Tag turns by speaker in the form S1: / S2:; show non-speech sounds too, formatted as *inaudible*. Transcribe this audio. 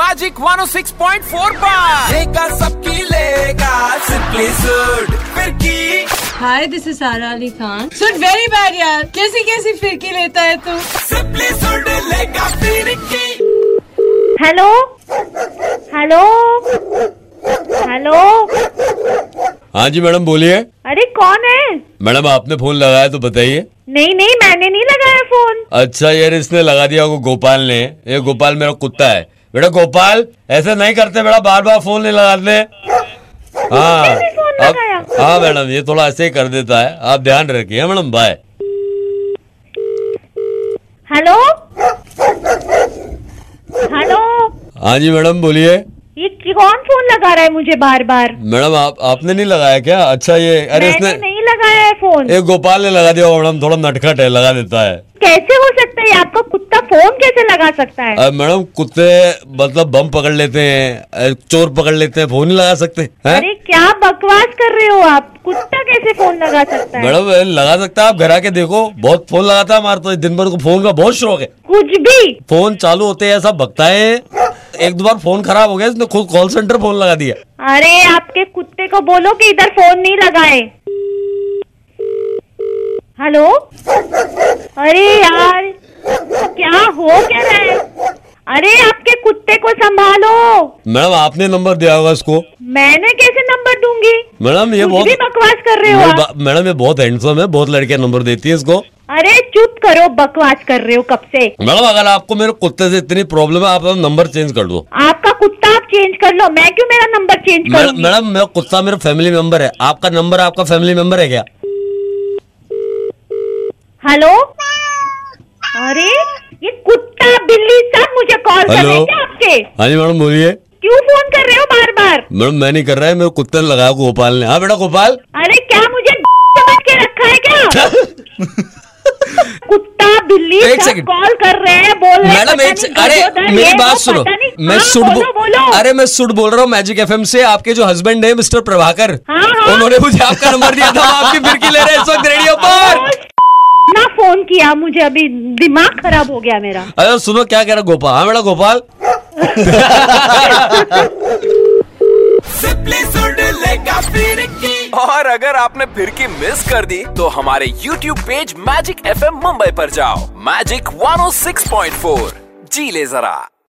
S1: Magic 106.4 पर
S2: लेगा सबकी लेगा सिंपली सुड फिर की
S3: hi this is Sara Ali Khan सुन वेरी बैड यार कैसी कैसी फिरकी लेता है तू
S2: सिंपली सुड लेगा फिर की
S4: हेलो हेलो हेलो
S5: हाँ जी मैडम बोलिए
S4: अरे कौन है
S5: मैडम आपने फोन लगाया तो बताइए
S4: नहीं नहीं मैंने नहीं लगाया फोन
S5: अच्छा यार इसने लगा दिया होगा गोपाल ने ये गोपाल मेरा कुत्ता है बेटा गोपाल ऐसे नहीं करते बेटा बार बार फोन नहीं लगाते हाँ
S4: भी फोन
S5: आप-
S4: लगाया।
S5: हाँ मैडम ये थोड़ा ऐसे ही कर देता है आप ध्यान रखिए हाँ मैडम बाय
S4: हेलो हेलो
S5: हाँ जी मैडम बोलिए
S4: ये कौन फोन लगा रहा है मुझे बार बार
S5: मैडम आप आपने नहीं लगाया क्या अच्छा ये अरे
S4: मैंने
S5: इसने
S4: नहीं लगाया है फोन
S5: ये गोपाल ने लगा दिया होगा, मैडम थोड़ा नटखट है लगा देता है
S4: कैसे हो सकता है आपका कुत्ता फोन कैसे लगा सकता है
S5: अ, मैडम कुत्ते मतलब बम पकड़ लेते हैं अ, चोर पकड़ लेते हैं फोन नहीं लगा सकते हैं
S4: अरे क्या बकवास कर रहे हो आप कुत्ता कैसे फोन लगा सकता है
S5: मैडम ये लगा सकता है आप घर आके देखो बहुत फोन लगाता है हमारे तो दिन भर को फोन का बहुत शौक है
S4: कुछ भी
S5: फोन चालू होते हैं सब भगता है एक दो बार फोन खराब हो गया इसने खुद कॉल सेंटर फोन लगा दिया
S4: अरे आपके कुत्ते को बोलो कि इधर फोन नहीं लगाए हेलो अरे यार क्या हो क्या रहा है अरे आपके कुत्ते को संभालो
S5: मैडम आपने नंबर दिया होगा इसको
S4: मैंने कैसे नंबर दूंगी
S5: मैडम ये
S4: कुछ भी
S5: बहुत
S4: बकवास कर रहे हो आप।
S5: मैडम- मैडम ये बहुत हैंडसम है बहुत लड़कियां नंबर देती है इसको
S4: अरे चुप करो बकवास कर रहे हो कब से
S5: मैडम अगर आपको मेरे कुत्ते से इतनी प्रॉब्लम है आप अपना नंबर चेंज कर दो
S4: आपका कुत्ता आप चेंज कर लो मैं क्यों मेरा नंबर चेंज
S5: मैडम
S4: करूंगी
S5: मैडम मेरा कुत्ता मेरा फैमिली मेंबर है आपका नंबर आपका फैमिली मेंबर है क्या
S4: हेलो अरे ये कुत्ता बिल्ली सब मुझे कॉल कर रहे हैं
S5: हेलो
S4: क्या आपके
S5: हाँ जी मैडम बोलिए
S4: क्यों फोन कर रहे हो बार बार
S5: मैडम मैं नहीं कर रहा है मेरे कुत्ते ने लगाया गोपाल ने हाँ बेटा गोपाल
S4: अरे क्या मुझे *laughs* समझ के रखा है
S5: *laughs*
S4: क्या कुत्ता बिल्ली
S5: एक
S4: सब
S5: second.
S4: कॉल कर रहे हैं बोल रहे हैं,
S5: मैडम
S4: पता
S5: एक
S4: नहीं
S5: से- अरे
S4: गधोदर ये
S5: मेरी
S4: वो,
S5: बात
S4: पता
S5: सुनो
S4: नहीं-
S5: मैं
S4: हाँ,
S5: सुट
S4: बोलो, बोलो
S5: बो- अरे मैं सुट बोल रहा हूँ मैजिक एफएम से आपके जो हस्बैंड है मिस्टर प्रभाकर
S4: हाँ, हाँ।
S5: उन्होंने मुझे आपका नंबर दिया था हम आपकी फिरकी ले रहे हैं इस वक्त रेडियो
S4: हाँ।
S5: पर
S4: *laughs* ना फोन किया मुझे अभी दिमाग खराब हो गया मेरा
S5: अरे अच्छा, सुनो क्या कह रहा गोपाल हाँ बेटा गोपाल
S2: सिंपली सुड लेगा फिर की
S1: और अगर आपने फिर की मिस कर दी तो हमारे YouTube oh page magic F Mumbai पर जाओ मैजिक 106.4 जी ले जरा